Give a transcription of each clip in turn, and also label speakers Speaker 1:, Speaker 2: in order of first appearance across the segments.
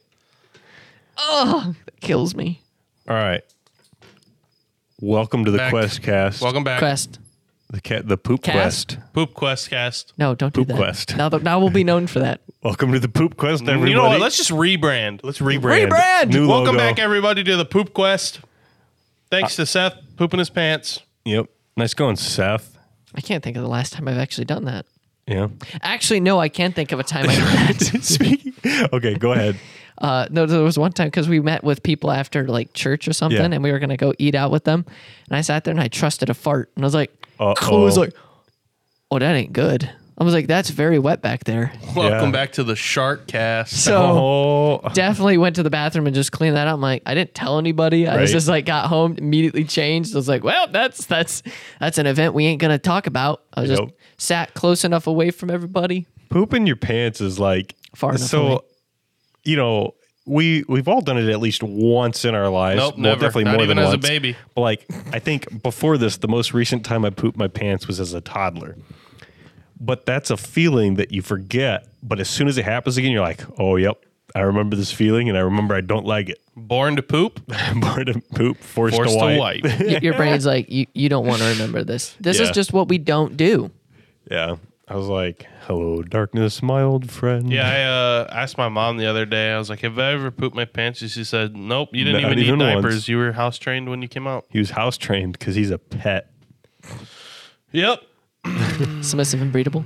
Speaker 1: Ugh, Oh, that kills me.
Speaker 2: All right. Welcome to the
Speaker 3: Back.
Speaker 2: Quest Cast.
Speaker 3: Welcome back.
Speaker 1: Quest.
Speaker 2: The ca- the poop
Speaker 1: Cast?
Speaker 2: quest.
Speaker 3: Poop Quest Cast.
Speaker 1: No, don't
Speaker 2: Poop
Speaker 1: do that.
Speaker 2: quest.
Speaker 1: Now, th- now we'll be known for that.
Speaker 2: Welcome to the poop quest. Everybody.
Speaker 3: You know what? Let's just rebrand.
Speaker 2: Let's rebrand.
Speaker 1: Rebrand!
Speaker 2: New
Speaker 3: Welcome
Speaker 2: logo.
Speaker 3: back, everybody, to the Poop Quest. Thanks to Seth pooping his pants.
Speaker 2: Yep. Nice going, Seth.
Speaker 1: I can't think of the last time I've actually done that.
Speaker 2: Yeah.
Speaker 1: Actually, no, I can't think of a time I did that.
Speaker 2: Speaking. Okay, go ahead.
Speaker 1: Uh, no, there was one time because we met with people after like church or something,
Speaker 2: Yeah.
Speaker 1: and we were gonna go eat out with them. And I sat there and I trusted a fart, and I was like, I
Speaker 2: Uh-oh.
Speaker 1: was like, oh, that ain't good. I was like, that's very wet back there.
Speaker 3: Welcome
Speaker 2: Yeah.
Speaker 3: back to the Shark Cast.
Speaker 1: So
Speaker 2: Oh,
Speaker 1: definitely went to the bathroom and just cleaned that up. I'm like, I didn't tell anybody. I was
Speaker 2: Right.
Speaker 1: just like, got home, immediately changed. I was like, well, that's that's that's an event we ain't gonna talk about. I was
Speaker 2: Yep.
Speaker 1: just sat close enough away from everybody.
Speaker 2: poop in your pants is like
Speaker 1: Far enough away.
Speaker 2: so. You know, we we've all done it at least once in our lives.
Speaker 3: Nope, never.
Speaker 2: Definitely
Speaker 3: Not
Speaker 2: more
Speaker 3: even
Speaker 2: than
Speaker 3: as a
Speaker 2: once.
Speaker 3: baby.
Speaker 2: But like, I think before this, the most recent time I pooped my pants was as a toddler. But that's a feeling that you forget. But as soon as it happens again, you're like, oh, yep. I remember this feeling, and I remember I don't like it.
Speaker 3: Born to poop,
Speaker 2: Born to poop, forced,
Speaker 3: forced
Speaker 2: to,
Speaker 3: to
Speaker 2: wipe.
Speaker 3: wipe.
Speaker 1: Y- Your brain's like, you you don't want to remember this. This is
Speaker 2: Yeah.
Speaker 1: just what we don't do.
Speaker 2: Yeah, I was like, "Hello, darkness, my old friend."
Speaker 3: Yeah, I uh, asked my mom the other day. I was like, "Have I ever pooped my pants?" And she said, "Nope, you didn't
Speaker 2: Not
Speaker 3: even,
Speaker 2: even
Speaker 3: need
Speaker 2: once.
Speaker 3: diapers. You were house trained when you came out."
Speaker 2: he was house trained because he's a pet.
Speaker 3: Yep,
Speaker 1: Submissive and breedable.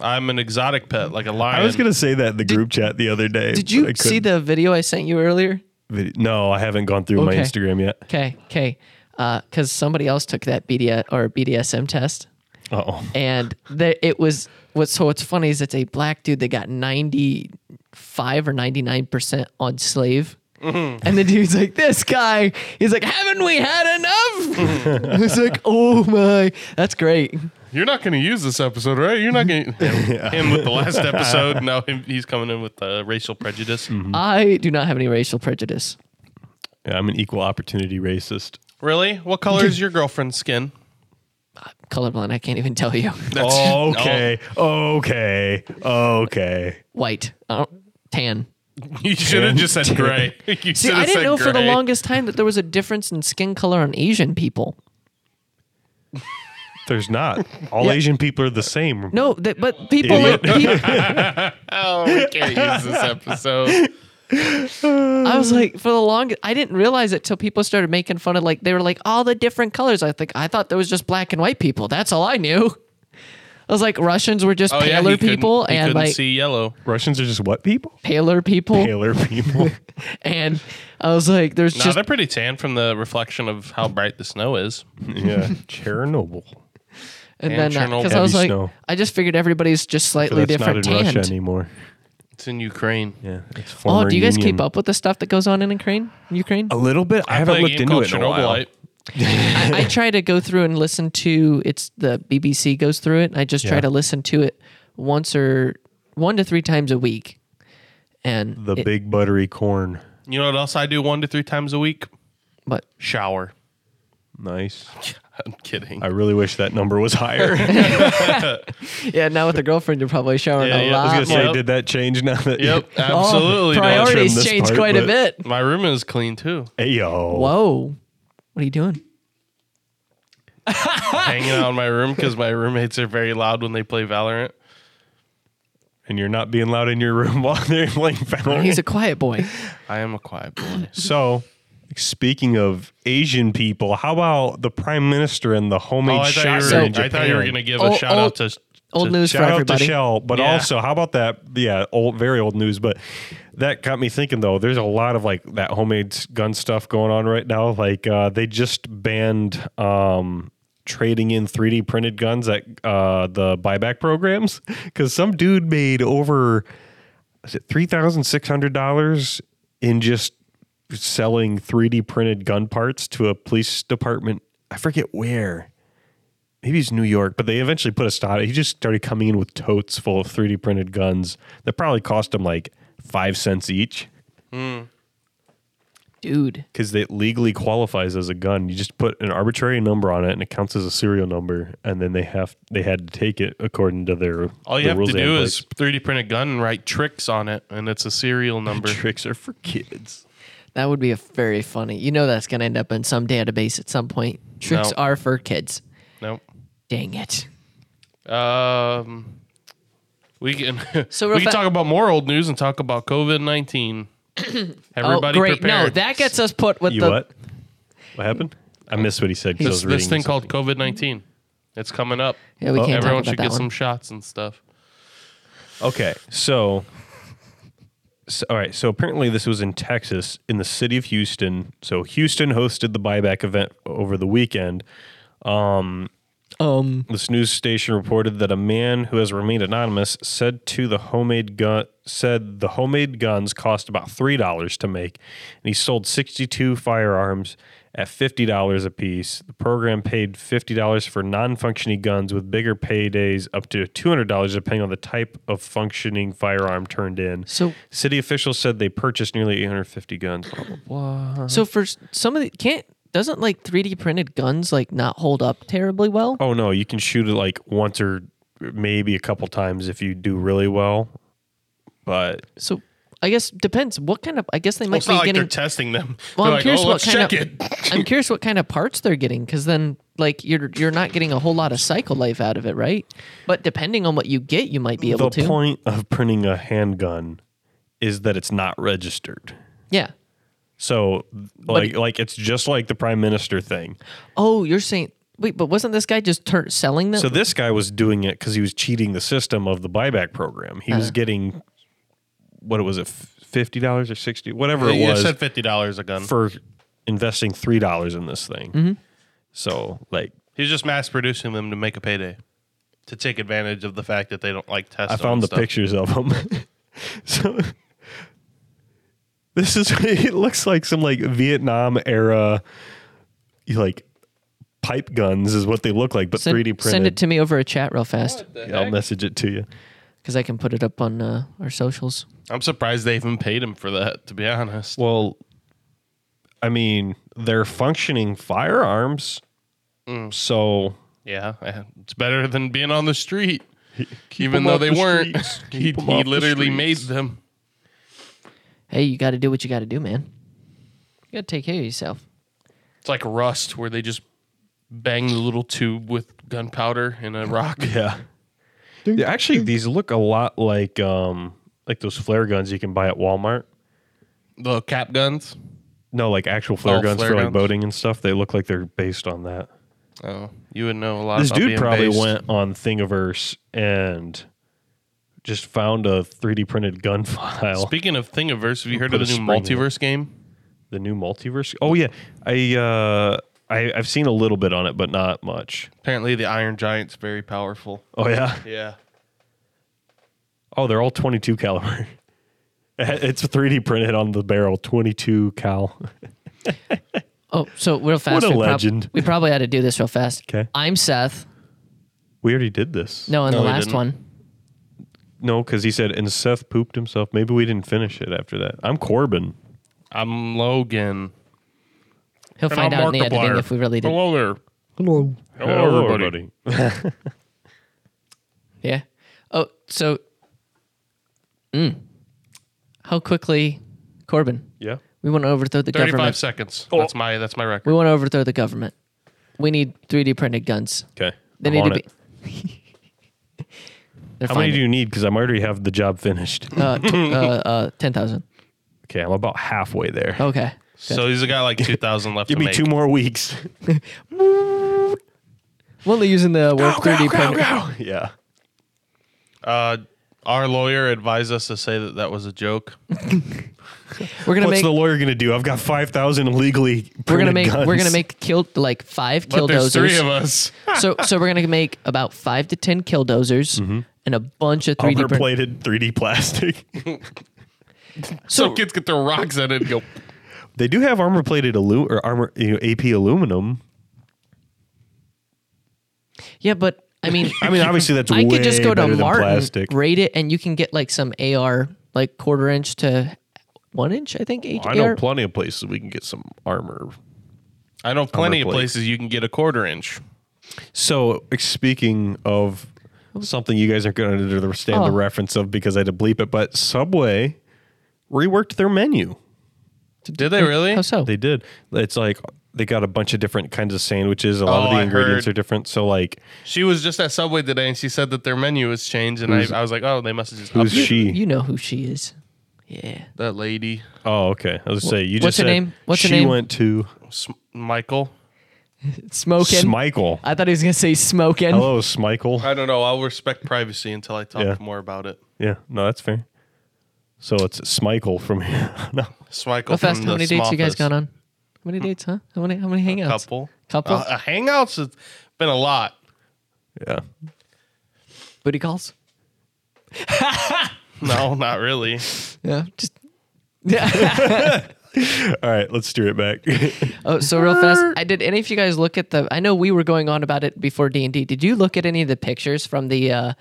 Speaker 3: I'm an exotic pet, like a lion.
Speaker 2: I was gonna say that in the group chat the other day.
Speaker 1: Did you see the video I sent you earlier?
Speaker 2: the? No, I haven't gone through my
Speaker 1: Okay.
Speaker 2: Instagram yet.
Speaker 1: Okay, okay. Because Uh, somebody else took that BD or BDSM test,
Speaker 2: Oh,
Speaker 1: and there, it was what. So what's funny is it's a black dude that got ninety five or ninety nine percent on slave.
Speaker 3: Mm-hmm.
Speaker 1: And the dude's like, this guy. He's like, haven't we had
Speaker 3: Mm-hmm.
Speaker 1: enough? It's like, oh my, that's great.
Speaker 3: You're not gonna use this episode, right? You're not gonna him, him with the last episode. Now him, he's coming in with uh, racial prejudice,
Speaker 1: I do not have any racial prejudice.
Speaker 2: yeah, I'm an equal opportunity racist.
Speaker 3: Really? What color is your girlfriend's skin?
Speaker 1: Colorblind, I can't even tell you.
Speaker 3: That's
Speaker 2: Oh, okay, okay, okay.
Speaker 1: White, I don't- tan.
Speaker 3: No, Oh, you should have just said gray. You
Speaker 1: See,
Speaker 3: shoulda
Speaker 1: I didn't
Speaker 3: said
Speaker 1: know for the
Speaker 3: gray.
Speaker 1: longest time that there was a difference in skin color on Asian people.
Speaker 2: There's not. All Asian people are the same.
Speaker 1: No, that, but people
Speaker 2: Idiot.
Speaker 1: like people,
Speaker 3: Oh, we can't use this episode.
Speaker 1: I
Speaker 2: Mm-hmm.
Speaker 1: was like for the longest I didn't realize it till people started making fun of like they were like all the different colors. I think I thought there was just black and white people. That's all I knew. I was like Russians were just
Speaker 3: Oh yeah,
Speaker 1: paler
Speaker 3: he couldn't-
Speaker 1: people
Speaker 3: he
Speaker 1: and
Speaker 3: couldn't
Speaker 1: like
Speaker 3: see yellow.
Speaker 2: Russians are just what people?
Speaker 1: paler people
Speaker 2: Paler people.
Speaker 1: and I was like there's
Speaker 3: No,
Speaker 1: just
Speaker 3: they're pretty tan from the reflection of how bright the snow is.
Speaker 2: yeah, Chernobyl.
Speaker 1: and
Speaker 3: and
Speaker 1: then because I
Speaker 3: Chernobyl.
Speaker 1: was
Speaker 2: Heavy
Speaker 1: like
Speaker 2: snow.
Speaker 1: I just figured everybody's just
Speaker 2: So
Speaker 1: slightly
Speaker 2: that's
Speaker 1: different
Speaker 2: not in
Speaker 1: tanned.
Speaker 2: Russia anymore.
Speaker 3: It's in Ukraine.
Speaker 2: Yeah. It's
Speaker 1: Oh,
Speaker 2: former
Speaker 1: do you guys
Speaker 2: Union-
Speaker 1: keep up with the stuff that goes on in Ukraine? Ukraine?
Speaker 2: A little bit. I,
Speaker 3: Play
Speaker 2: haven't
Speaker 3: a
Speaker 2: looked
Speaker 3: game
Speaker 2: into
Speaker 3: called
Speaker 2: it in a while.
Speaker 3: Chernobylite.
Speaker 1: I, I try to go through and listen to it's the BBC goes through it. I just try to
Speaker 2: Yeah.
Speaker 1: listen to it once or one to three times a week. And
Speaker 2: The
Speaker 1: it-
Speaker 2: big buttery corn.
Speaker 3: You know what else I do one to three times a week?
Speaker 1: but
Speaker 3: Shower.
Speaker 2: Nice.
Speaker 3: I'm kidding.
Speaker 2: I really wish that number was higher.
Speaker 1: yeah, now with a girlfriend, you're probably showering
Speaker 3: Yeah,
Speaker 1: a
Speaker 3: yeah, I
Speaker 1: lot.
Speaker 3: was
Speaker 2: I was gonna say,
Speaker 3: Yep.
Speaker 2: did that change now that?
Speaker 3: yep,
Speaker 1: more.
Speaker 3: absolutely.
Speaker 1: Oh,
Speaker 3: does.
Speaker 2: trim
Speaker 1: priorities
Speaker 2: this
Speaker 1: change
Speaker 2: part,
Speaker 1: quite a
Speaker 2: but-
Speaker 1: bit.
Speaker 3: My room is clean too.
Speaker 2: Hey yo.
Speaker 1: Whoa, what are you doing?
Speaker 3: Hanging out in my room because my roommates are very loud when they play Valorant.
Speaker 2: And you're not being loud in your room while they're playing Valorant.
Speaker 1: He's a quiet boy.
Speaker 3: I am a quiet boy.
Speaker 2: so, speaking of Asian people, how about the prime minister and the
Speaker 3: Oh,
Speaker 2: homemade
Speaker 3: I
Speaker 2: shotgun
Speaker 3: thought, you were,
Speaker 2: in
Speaker 3: I thought you were
Speaker 2: Japan?
Speaker 3: going to give a
Speaker 1: Oh,
Speaker 3: shout
Speaker 1: oh,
Speaker 3: out to
Speaker 1: Old
Speaker 3: to-
Speaker 1: news
Speaker 2: Shout
Speaker 1: for
Speaker 2: out to
Speaker 1: everybody.
Speaker 2: Shell, but
Speaker 3: Yeah.
Speaker 2: also how about that? Yeah, old, very old news, but that got me thinking though. There's a lot of like that homemade s- gun stuff going on right now. Like uh, they just banned um, trading in 3D printed guns at uh, the buyback programs because some dude made over is it three thousand six hundred dollars in just selling 3D printed gun parts to a police department. I forget where maybe it's New York, but they eventually put a stop. He just started coming in with totes full of 3D printed guns that probably cost him like five cents each.
Speaker 1: dude.
Speaker 2: because it legally qualifies as a gun. You just put an arbitrary number on it, and it counts as a serial number. And then they have they had to take it according to their
Speaker 3: All you
Speaker 2: the
Speaker 3: have
Speaker 2: rules
Speaker 3: to
Speaker 2: they had
Speaker 3: do
Speaker 2: in
Speaker 3: is 3D print a gun and write tricks on it, and it's a serial number.
Speaker 2: place. tricks are for kids.
Speaker 1: That would be a very funny. You know that's gonna end up in some database at some point. Tricks
Speaker 3: No.
Speaker 1: are for kids.
Speaker 3: Nope.
Speaker 1: Dang it.
Speaker 3: Um, we can
Speaker 1: So
Speaker 3: we
Speaker 1: real
Speaker 3: can
Speaker 1: fa-
Speaker 3: talk about more old news and talk about COVID nineteen. Everybody
Speaker 1: oh, great.
Speaker 3: prepared.
Speaker 1: No, that gets us put with
Speaker 2: You
Speaker 1: the.
Speaker 2: what? What happened? I missed what he said. 'cause I
Speaker 3: this,
Speaker 2: was
Speaker 3: this
Speaker 2: reading
Speaker 3: thing
Speaker 2: something.
Speaker 3: called COVID nineteen. It's coming up.
Speaker 1: Yeah, we
Speaker 2: Oh,
Speaker 1: can't
Speaker 3: Everyone
Speaker 1: talk
Speaker 3: should
Speaker 1: about
Speaker 3: get
Speaker 1: that
Speaker 3: some
Speaker 1: one.
Speaker 3: shots and stuff.
Speaker 2: Okay, so, so all right, so apparently this was in Texas, in the city of Houston. So Houston hosted the buyback event over the weekend.
Speaker 1: Um,
Speaker 2: This news station reported that a man who has remained anonymous said to the homemade gun said the homemade guns cost about three dollars to make, and he sold sixty two firearms at fifty dollars apiece. The program paid fifty dollars for non functioning guns with bigger paydays up to two hundred dollars depending on the type of functioning firearm turned in.
Speaker 1: So-
Speaker 2: city officials said they purchased nearly eight hundred fifty guns.
Speaker 1: so for s- some of the can't doesn't like 3D printed guns like not hold up terribly well.
Speaker 2: Oh no, you can shoot it like once or maybe a couple times if you do really well. But
Speaker 1: So I guess depends what kind of. I guess they might
Speaker 3: It's not
Speaker 1: be
Speaker 3: like
Speaker 1: getting.
Speaker 3: they're testing them.
Speaker 1: well,
Speaker 3: they're
Speaker 1: I'm
Speaker 3: like,
Speaker 1: curious
Speaker 3: oh,
Speaker 1: what
Speaker 3: let's
Speaker 1: kind
Speaker 3: check
Speaker 1: of.
Speaker 3: it.
Speaker 1: I'm curious what kind of parts they're getting because then like you're you're not getting a whole lot of cycle life out of it, right? But depending on what you get, you might be able
Speaker 2: the
Speaker 1: to.
Speaker 2: point of printing a handgun is that it's not registered.
Speaker 1: yeah.
Speaker 2: So like like it's just like the prime minister thing.
Speaker 1: Oh, you're saying wait, but wasn't this guy just tur selling them?
Speaker 2: So this guy was doing it cuz he was cheating the system of the buyback program. He was getting what was it $50 or 60 whatever it
Speaker 3: You
Speaker 2: was
Speaker 3: said fifty dollars a gun.
Speaker 2: for investing $3 in this thing.
Speaker 1: Mm-hmm.
Speaker 2: So like
Speaker 3: He's just mass producing them to make a payday, to take advantage of the fact that they don't like test.
Speaker 2: I
Speaker 3: them
Speaker 2: found
Speaker 3: and
Speaker 2: the
Speaker 3: stuff.
Speaker 2: pictures of them. so this is it looks like some like Vietnam era you like pipe guns is what they look like, but
Speaker 1: send,
Speaker 2: 3D printed.
Speaker 1: send it to me over a chat real fast
Speaker 2: Yeah, I'll message it to you.
Speaker 1: because I can put it up on uh, our socials.
Speaker 3: I'm surprised they even paid him for that. To be honest,
Speaker 2: Well, I mean, they're functioning firearms.
Speaker 3: Mm.
Speaker 2: So
Speaker 3: yeah, I- it's better than being on the street. even
Speaker 2: 'em
Speaker 3: though
Speaker 2: off
Speaker 3: they
Speaker 2: the
Speaker 3: weren't,
Speaker 2: streets.
Speaker 3: he,
Speaker 2: Keep 'em
Speaker 3: he
Speaker 2: off the
Speaker 3: literally
Speaker 2: streets.
Speaker 3: made them.
Speaker 1: Hey, you got to do what you got to do, man. You got to take care of yourself.
Speaker 3: It's like Rust, where they just bang the little tube with gunpowder in a rock.
Speaker 2: yeah. Yeah, Actually, these look a lot like um like those flare guns you can buy at Walmart.
Speaker 3: the cap guns.
Speaker 2: No, like actual flare
Speaker 3: Oh,
Speaker 2: guns
Speaker 3: flare
Speaker 2: for like
Speaker 3: guns.
Speaker 2: boating and stuff. They look like they're based on that.
Speaker 3: Oh, you would know a lot.
Speaker 2: this
Speaker 3: about
Speaker 2: dude
Speaker 3: being
Speaker 2: probably
Speaker 3: based.
Speaker 2: went on Thingiverse and just found a 3D printed gun file.
Speaker 3: Speaking of Thingiverse, have you heard
Speaker 2: put
Speaker 3: of the
Speaker 2: a
Speaker 3: new
Speaker 2: spring in it.
Speaker 3: multiverse game?
Speaker 2: the new multiverse. Oh yeah, I uh, I I've seen a little bit on it, but not much.
Speaker 3: Apparently, the Iron Giant's very powerful.
Speaker 2: Oh yeah.
Speaker 3: Yeah.
Speaker 2: Oh, they're all 22 caliber. It's 3D printed on the barrel, 22 cal.
Speaker 1: Oh, so real fast.
Speaker 2: a
Speaker 1: we prob-
Speaker 2: legend.
Speaker 1: we probably had to do this real fast.
Speaker 2: 'Kay.
Speaker 1: I'm Seth.
Speaker 2: We already did this.
Speaker 1: No, on
Speaker 3: No,
Speaker 1: the
Speaker 3: we
Speaker 1: last
Speaker 3: didn't.
Speaker 1: one.
Speaker 2: no, because he said, and Seth pooped himself. Maybe we didn't finish it after that. I'm Corbin.
Speaker 3: I'm Logan.
Speaker 1: He'll find out in the editing
Speaker 3: Markiplier.
Speaker 1: if we really did.
Speaker 3: Hello there.
Speaker 2: Hello.
Speaker 3: Hello, everybody.
Speaker 1: Yeah. Oh, so. Mm, how quickly, Corbin?
Speaker 2: Yeah.
Speaker 1: We want to overthrow the
Speaker 3: 35
Speaker 1: government.
Speaker 3: seconds.
Speaker 2: Oh.
Speaker 3: That's my that's my record.
Speaker 1: We want to overthrow the government. We need 3D printed guns.
Speaker 2: Okay.
Speaker 1: They
Speaker 2: I'm
Speaker 1: need
Speaker 2: on
Speaker 1: to
Speaker 2: it.
Speaker 1: be. They're
Speaker 2: How many
Speaker 1: fine.
Speaker 2: do you need? Because I'm already have the job finished.
Speaker 1: Uh, t- uh, uh, ten thousand.
Speaker 2: Okay, I'm about halfway there.
Speaker 1: Okay.
Speaker 3: So he's got like 2,000 left
Speaker 2: Give
Speaker 3: to
Speaker 2: me
Speaker 3: make.
Speaker 2: two more weeks.
Speaker 1: We're only using the
Speaker 2: Oh,
Speaker 1: word 3D printer.
Speaker 2: Yeah.
Speaker 3: Uh, our lawyer advised us to say that that was a joke.
Speaker 1: We're gonna
Speaker 2: What's
Speaker 1: make.
Speaker 2: the lawyer gonna do? I've got five thousand illegally.
Speaker 1: we're gonna
Speaker 2: printed
Speaker 1: make. We're
Speaker 2: guns.
Speaker 1: gonna make kill like five
Speaker 3: But there's three of
Speaker 1: killdozers.
Speaker 3: us.
Speaker 1: so so we're gonna make about five to ten killdozers
Speaker 2: Mm-hmm.
Speaker 1: and a bunch of 3D
Speaker 2: armor
Speaker 1: print.
Speaker 2: plated 3D plastic.
Speaker 3: So kids get their rocks at it and go.
Speaker 2: they do have armor plated alu- or armor you know, AP aluminum.
Speaker 1: Yeah, but I mean,
Speaker 2: I mean, obviously that's
Speaker 1: I
Speaker 2: way
Speaker 1: could just go to
Speaker 2: better than
Speaker 1: Martin,
Speaker 2: plastic.
Speaker 1: rate it, and you can get like some AR like quarter inch to one inch, I
Speaker 3: Oh,
Speaker 1: think. H-
Speaker 2: I know
Speaker 1: AR.
Speaker 2: plenty of places we can get some armor.
Speaker 3: I know plenty of
Speaker 2: plate.
Speaker 3: places you can get a quarter inch.
Speaker 2: So speaking of something you guys aren't going to understand
Speaker 1: Oh.
Speaker 2: the reference of because I had to bleep it, but Subway reworked their menu.
Speaker 3: Did they really?
Speaker 1: How so?
Speaker 2: They did. It's like they got a bunch of different kinds of sandwiches. A lot
Speaker 3: Oh,
Speaker 2: of the
Speaker 3: I
Speaker 2: ingredients
Speaker 3: heard.
Speaker 2: are different. So like,
Speaker 3: She was just at Subway today, and she said that their menu has changed, and I, I was like, oh, they must have just
Speaker 2: who's
Speaker 3: upped it.
Speaker 2: she?
Speaker 1: You know who she is. Yeah.
Speaker 3: that lady,
Speaker 2: oh, okay. I was gonna say you just
Speaker 1: What's her
Speaker 2: said
Speaker 1: name? What's her
Speaker 2: she
Speaker 1: name?
Speaker 2: went to
Speaker 3: S- Michael.
Speaker 1: Smoking.
Speaker 2: Smichael.
Speaker 1: I thought he was going to say smoking.
Speaker 2: Hello, Smichael.
Speaker 3: I don't know. I'll respect privacy until I talk
Speaker 2: Yeah.
Speaker 3: more about it.
Speaker 2: Yeah, no, that's fair. So it's Smichael from here. no,
Speaker 3: It's Michael
Speaker 1: How fast?
Speaker 3: from
Speaker 1: How
Speaker 3: the
Speaker 1: many dates you guys
Speaker 3: Smoffice.
Speaker 1: got on? How many dates, huh? How many, how many hangouts?
Speaker 3: Couple.
Speaker 1: Couple?
Speaker 3: Uh, hangouts has been a lot.
Speaker 2: yeah.
Speaker 1: Booty calls?
Speaker 3: No, not really.
Speaker 1: Yeah. Just. Yeah.
Speaker 2: All right, let's steer it back.
Speaker 1: oh, so real fast. I did any of you guys look at the? I know we were going on about it before D and D. Did you look at any of the pictures from the uh,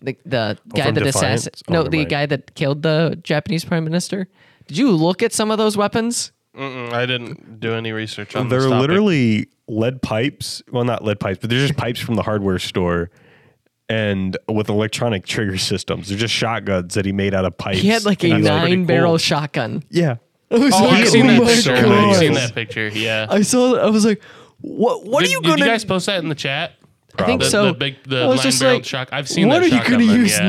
Speaker 1: the the guy
Speaker 2: from
Speaker 1: that
Speaker 2: Defiance?
Speaker 1: assassin?
Speaker 2: Oh,
Speaker 1: No,
Speaker 2: never
Speaker 1: the
Speaker 2: mind.
Speaker 1: guy that killed the Japanese prime minister. Did you look at some of those weapons?
Speaker 3: Mm-mm, I didn't do any research on.
Speaker 2: they're
Speaker 3: this topic.
Speaker 2: literally lead pipes. Well, not lead pipes, but they're just pipes from the hardware store, and with electronic trigger systems. They're just shotguns that he made out of pipes.
Speaker 1: He had like a
Speaker 2: And I was
Speaker 1: nine
Speaker 2: pretty
Speaker 1: barrel
Speaker 2: cool.
Speaker 1: shotgun.
Speaker 2: Yeah.
Speaker 3: Oh,
Speaker 1: like,
Speaker 3: I've seen
Speaker 1: oh
Speaker 3: that
Speaker 1: my
Speaker 3: picture.
Speaker 1: God.
Speaker 3: I've seen that picture. Yeah.
Speaker 1: I saw. I was like, what? What
Speaker 3: did,
Speaker 1: are you
Speaker 3: did
Speaker 1: gonna?
Speaker 3: guys post that in the chat?
Speaker 1: I think
Speaker 3: the,
Speaker 1: so.
Speaker 3: The big, the
Speaker 1: I was just
Speaker 3: nine-barreled
Speaker 1: like,
Speaker 3: shock. I've seen.
Speaker 1: what
Speaker 3: that
Speaker 1: are you
Speaker 3: going
Speaker 1: gonna
Speaker 3: to
Speaker 1: use?
Speaker 3: Yeah.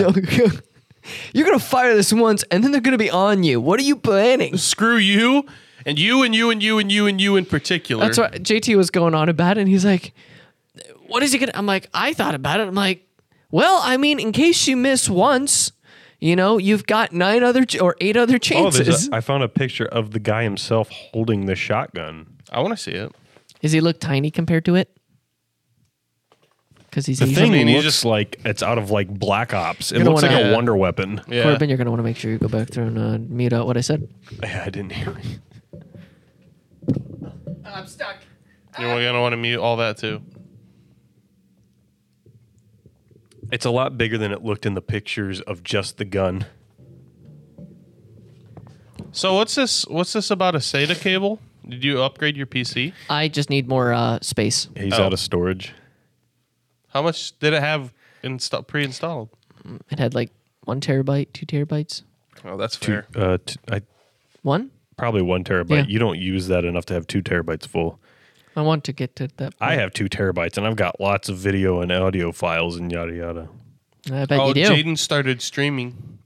Speaker 1: No. You're gonna fire this once, and then they're gonna be on you. What are you planning?
Speaker 3: Screw you, and you, and you, and you, and you, and you in particular.
Speaker 1: That's what JT was going on about, and he's like, "What is he gonna?" I'm like, "I thought about it." I'm like, "Well, I mean, in case you miss once, you know, you've got nine other ch- or eight other
Speaker 2: Oh,
Speaker 1: chances."
Speaker 2: there's a, I found a picture of the guy himself holding the shotgun.
Speaker 3: I want to see it.
Speaker 1: Does he look tiny compared to it? Because he's
Speaker 2: The
Speaker 1: Asian.
Speaker 2: thing
Speaker 3: mean, he
Speaker 2: looks
Speaker 3: just-
Speaker 2: like it's out of like Black Ops. It
Speaker 1: Gonna
Speaker 2: looks like
Speaker 1: wanna-
Speaker 2: a wonder weapon.
Speaker 3: Yeah.
Speaker 1: Corbin, you're gonna want to make sure you go back through and uh, mute out what I said.
Speaker 2: Yeah, I didn't hear it.
Speaker 1: I'm stuck.
Speaker 3: You're gonna want to mute all that too.
Speaker 2: It's a lot bigger than it looked in the pictures of just the gun.
Speaker 3: So what's this? What's this about a SATA cable? Did you upgrade your PC?
Speaker 1: I just need more uh, space.
Speaker 2: He's
Speaker 3: Oh.
Speaker 2: out of storage.
Speaker 3: How much did it have insta- pre-installed?
Speaker 1: It had like one terabyte, two terabytes,
Speaker 3: Oh, that's
Speaker 2: Two,
Speaker 3: fair.
Speaker 2: uh, t- I
Speaker 1: one.
Speaker 2: probably one terabyte.
Speaker 1: Yeah.
Speaker 2: You don't use that enough to have two terabytes full.
Speaker 1: I want to get to that.
Speaker 2: I have two terabytes, and I've got lots of video and audio files and yada
Speaker 3: Uh,
Speaker 2: yada.
Speaker 1: I bet
Speaker 3: oh,
Speaker 1: you do.
Speaker 3: Jaden started streaming.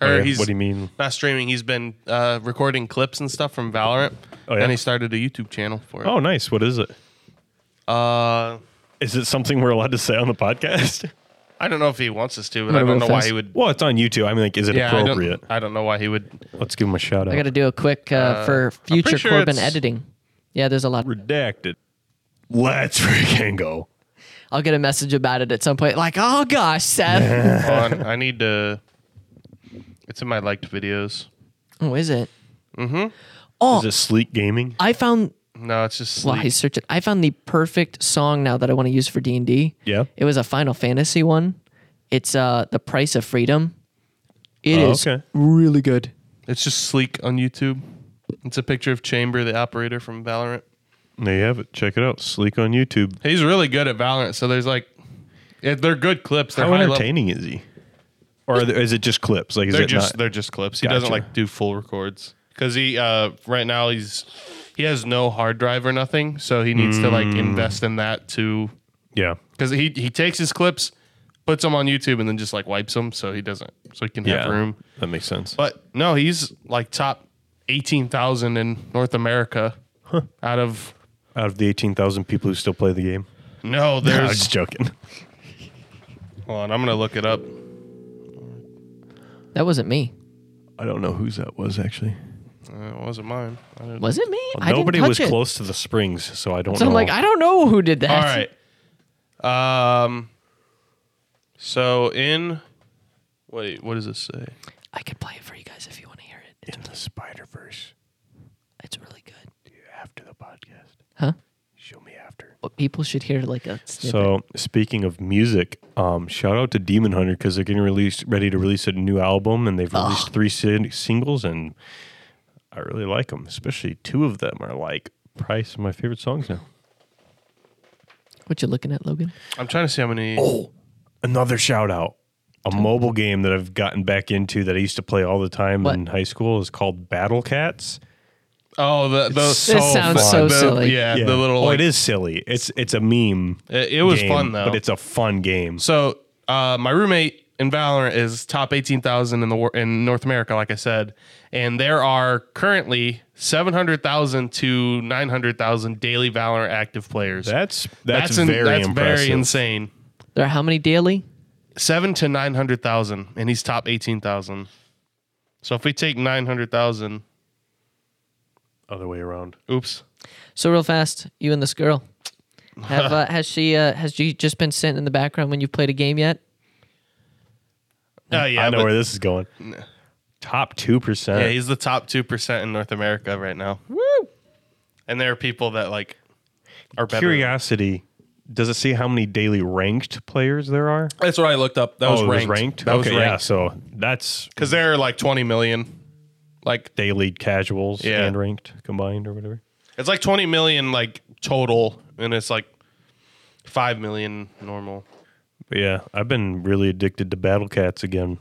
Speaker 3: Or
Speaker 2: Oh, Yeah,
Speaker 3: he's
Speaker 2: what do you mean?
Speaker 3: not streaming. He's been uh, recording clips and stuff from Valorant,
Speaker 2: Oh, yeah?
Speaker 3: and he started a YouTube channel for it.
Speaker 2: Oh, nice. What is it? Oh.
Speaker 3: Uh,
Speaker 2: Is it something we're allowed to say on the podcast?
Speaker 3: I don't know if he wants us to, but
Speaker 1: What
Speaker 3: I don't know
Speaker 1: about
Speaker 3: why
Speaker 1: this?
Speaker 3: he would.
Speaker 2: well, it's on YouTube. I mean, like, is it
Speaker 3: Yeah, I
Speaker 2: appropriate?
Speaker 3: don't, I don't know why he would.
Speaker 2: Let's give him a shout out.
Speaker 1: I got to do a quick uh, for future
Speaker 3: sure
Speaker 1: Corbin
Speaker 3: it's-
Speaker 1: editing. Yeah, there's a lot.
Speaker 2: redacted. Let's freaking go.
Speaker 1: I'll get a message about it at some point. Like, oh gosh, Seth.
Speaker 3: Hold on, I need to. It's in my liked videos.
Speaker 1: oh, is it?
Speaker 2: Mm-hmm.
Speaker 1: Oh,
Speaker 2: Is it Mm. sleek gaming?
Speaker 1: I found.
Speaker 3: No, it's just
Speaker 1: Well, I
Speaker 3: sleep.
Speaker 1: searched it. I found the perfect song now that I want to use for D and D.
Speaker 2: Yeah.
Speaker 1: It was a Final Fantasy one. It's uh the Price of Freedom. It
Speaker 2: Oh,
Speaker 1: is
Speaker 2: okay.
Speaker 1: really good.
Speaker 3: It's just sleek on YouTube. It's a picture of Chamber, the operator from Valorant.
Speaker 2: There you have it. Check it out. Sleek on YouTube.
Speaker 3: He's really good at Valorant. So there's like, yeah, they're good clips. They're
Speaker 2: How
Speaker 3: high level-
Speaker 2: entertaining is he? Or are there- is it just clips? Like, is
Speaker 3: They're
Speaker 2: it
Speaker 3: just
Speaker 2: not?
Speaker 3: they're just clips. He doesn't
Speaker 2: Gotcha.
Speaker 3: like do full records because he uh, right now he's he has no hard drive or nothing, so he needs to like
Speaker 2: Mm.
Speaker 3: invest in that to
Speaker 2: Yeah.
Speaker 3: because he he takes his clips, puts them on YouTube, and then just like wipes them so he doesn't so he can have room.
Speaker 2: That makes sense.
Speaker 3: But no, he's like top eighteen thousand in North America out of
Speaker 2: Out of the 18,000 people who still play the game.
Speaker 3: no.
Speaker 2: I
Speaker 3: There's
Speaker 2: was just joking.
Speaker 3: hold on, I'm gonna look it up. Uh,
Speaker 1: That wasn't me.
Speaker 2: I don't know whose that was, actually.
Speaker 3: Uh, it wasn't mine. I didn't-
Speaker 1: Was it me? I didn't
Speaker 2: Nobody
Speaker 1: touch
Speaker 2: was
Speaker 1: it.
Speaker 2: close to the springs, so I don't
Speaker 1: So
Speaker 2: know.
Speaker 1: I'm like, I don't know who did that.
Speaker 3: All right. Um. So in, wait, what does this say?
Speaker 1: I could play it for you guys if you want to hear it. It's,
Speaker 2: in the Spider Verse
Speaker 1: it's really good.
Speaker 2: after the podcast.
Speaker 1: Huh?
Speaker 2: Show me after.
Speaker 1: But people should hear like a snippet.
Speaker 2: So speaking of music, um, shout out to Demon Hunter because they're getting released, ready to release a new album, and they've released three sin- singles, and I really like them, especially two of them are like probably some of my favorite songs now.
Speaker 1: What you looking at, Logan?
Speaker 3: I'm trying to see how many.
Speaker 2: Oh, another shout out. A mobile game that I've gotten back into that I used to play all the time
Speaker 1: What?
Speaker 2: in high school is called Battle Cats.
Speaker 3: Oh, the, the
Speaker 2: It's
Speaker 1: This so sounds fun. so
Speaker 3: the-
Speaker 1: silly.
Speaker 3: Yeah, the little.
Speaker 2: oh,
Speaker 3: like,
Speaker 2: it is silly. It's it's a meme.
Speaker 3: It, it was
Speaker 2: game,
Speaker 3: fun though.
Speaker 2: but it's a fun game.
Speaker 3: so uh, my roommate in Valorant is top eighteen thousand in the wor- in North America, like I said, and there are currently seven hundred thousand to nine hundred thousand daily Valorant active players.
Speaker 2: That's that's,
Speaker 3: in-
Speaker 2: very
Speaker 3: that's
Speaker 2: impressive.
Speaker 3: very insane.
Speaker 1: There are how many daily?
Speaker 3: Seven to nine hundred thousand, and he's top eighteen thousand. So if we take nine hundred thousand,
Speaker 2: Other way around.
Speaker 3: oops,
Speaker 1: So real fast, you and this girl. Have uh, has she uh, has she just been sitting in the background when you've played a game yet?
Speaker 3: oh yeah,
Speaker 2: I know
Speaker 3: but-
Speaker 2: where this is going. Top two percent.
Speaker 3: yeah, he's the top two percent in North America right now. Woo! And there are people that like are better.
Speaker 2: Curiosity. Does it see how many daily ranked players there are?
Speaker 3: That's what I looked up. That was
Speaker 2: oh, it
Speaker 3: ranked.
Speaker 2: was ranked.
Speaker 3: That
Speaker 2: okay,
Speaker 3: was
Speaker 2: yeah.
Speaker 3: ranked.
Speaker 2: So that's
Speaker 3: Because there are like 20 million. Like
Speaker 2: daily casuals
Speaker 3: Yeah.
Speaker 2: and ranked combined or whatever.
Speaker 3: it's like 20 million like total, and it's like five million normal.
Speaker 2: But yeah, I've been really addicted to battle cats again.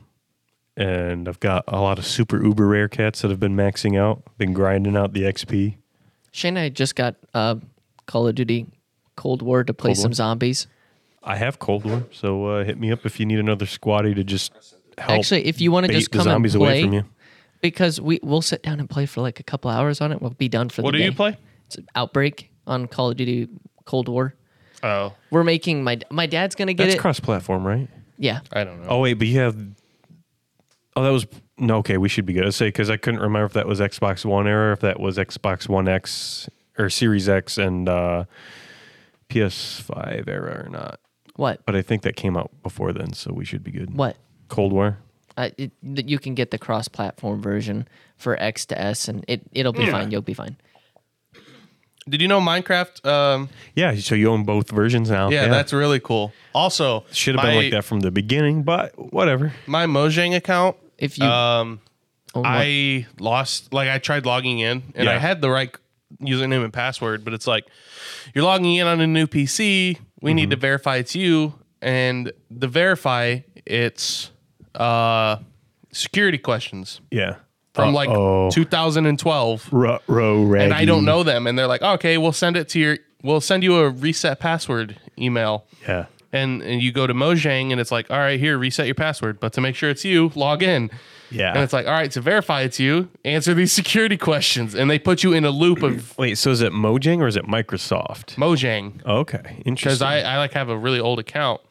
Speaker 2: And I've got a lot of super uber rare cats that have been maxing out, been grinding out the XP.
Speaker 1: Shane and I just got uh, Call of Duty Cold War to play
Speaker 2: Cold War?
Speaker 1: some zombies.
Speaker 2: I have Cold War, so uh, hit me up if you need another squatty to just help.
Speaker 1: Actually, if you want to
Speaker 2: bait
Speaker 1: just
Speaker 2: the
Speaker 1: come
Speaker 2: zombies
Speaker 1: and play,
Speaker 2: away from you.
Speaker 1: because we we'll sit down and play for like a couple hours on it. We'll be done for
Speaker 3: What
Speaker 1: the
Speaker 3: do you
Speaker 1: day.
Speaker 3: play?
Speaker 1: It's Outbreak on Call of Duty Cold War.
Speaker 3: Oh,
Speaker 1: We're making my my dad's gonna get
Speaker 2: That's
Speaker 1: it.
Speaker 2: cross-platform, right?
Speaker 1: yeah,
Speaker 3: I don't know.
Speaker 2: Oh wait, but you have. Oh, that was no. Okay, we should be good. I say because I couldn't remember if that was Xbox One era, if that was Xbox One X or Series X and uh, PS5 era or not.
Speaker 1: what
Speaker 2: But I think that came out before then, so we should be good.
Speaker 1: what?
Speaker 2: Cold War?
Speaker 1: Uh, it, that you can get the cross-platform version for X to S, and it it'll be fine. You'll be fine.
Speaker 3: Did you know Minecraft? Um,
Speaker 2: Yeah. So you own both versions now.
Speaker 3: yeah, that's really cool. Also,
Speaker 2: should have
Speaker 3: my,
Speaker 2: been like that from the beginning, but whatever.
Speaker 3: My Mojang account.
Speaker 1: If you Oh,
Speaker 3: Um,
Speaker 1: own one-
Speaker 3: I lost, like, I tried logging in and I
Speaker 2: Oh, Yeah.
Speaker 3: had the right username and password, but it's like, you're logging in on a new PC. We
Speaker 2: Mm-hmm.
Speaker 3: need to verify it's you. And the verify, it's uh, security questions
Speaker 2: Yeah.
Speaker 3: from like
Speaker 2: Uh-oh.
Speaker 3: 2012.
Speaker 2: Ro- ro-
Speaker 3: And I don't
Speaker 2: raggy.
Speaker 3: know them. And they're like, okay, we'll send it to your, we'll send you a reset password email.
Speaker 2: Yeah.
Speaker 3: And, and you go to Mojang and it's like, all right, here, reset your password. But to make sure it's you, log in.
Speaker 2: Yeah.
Speaker 3: And it's like, all right, to verify it's you, answer these security questions. And they put you in a loop of
Speaker 2: Wait, so is it Mojang or is it Microsoft?
Speaker 3: Mojang.
Speaker 2: Okay,
Speaker 3: Because
Speaker 2: interesting.
Speaker 3: I, I like have a really old account.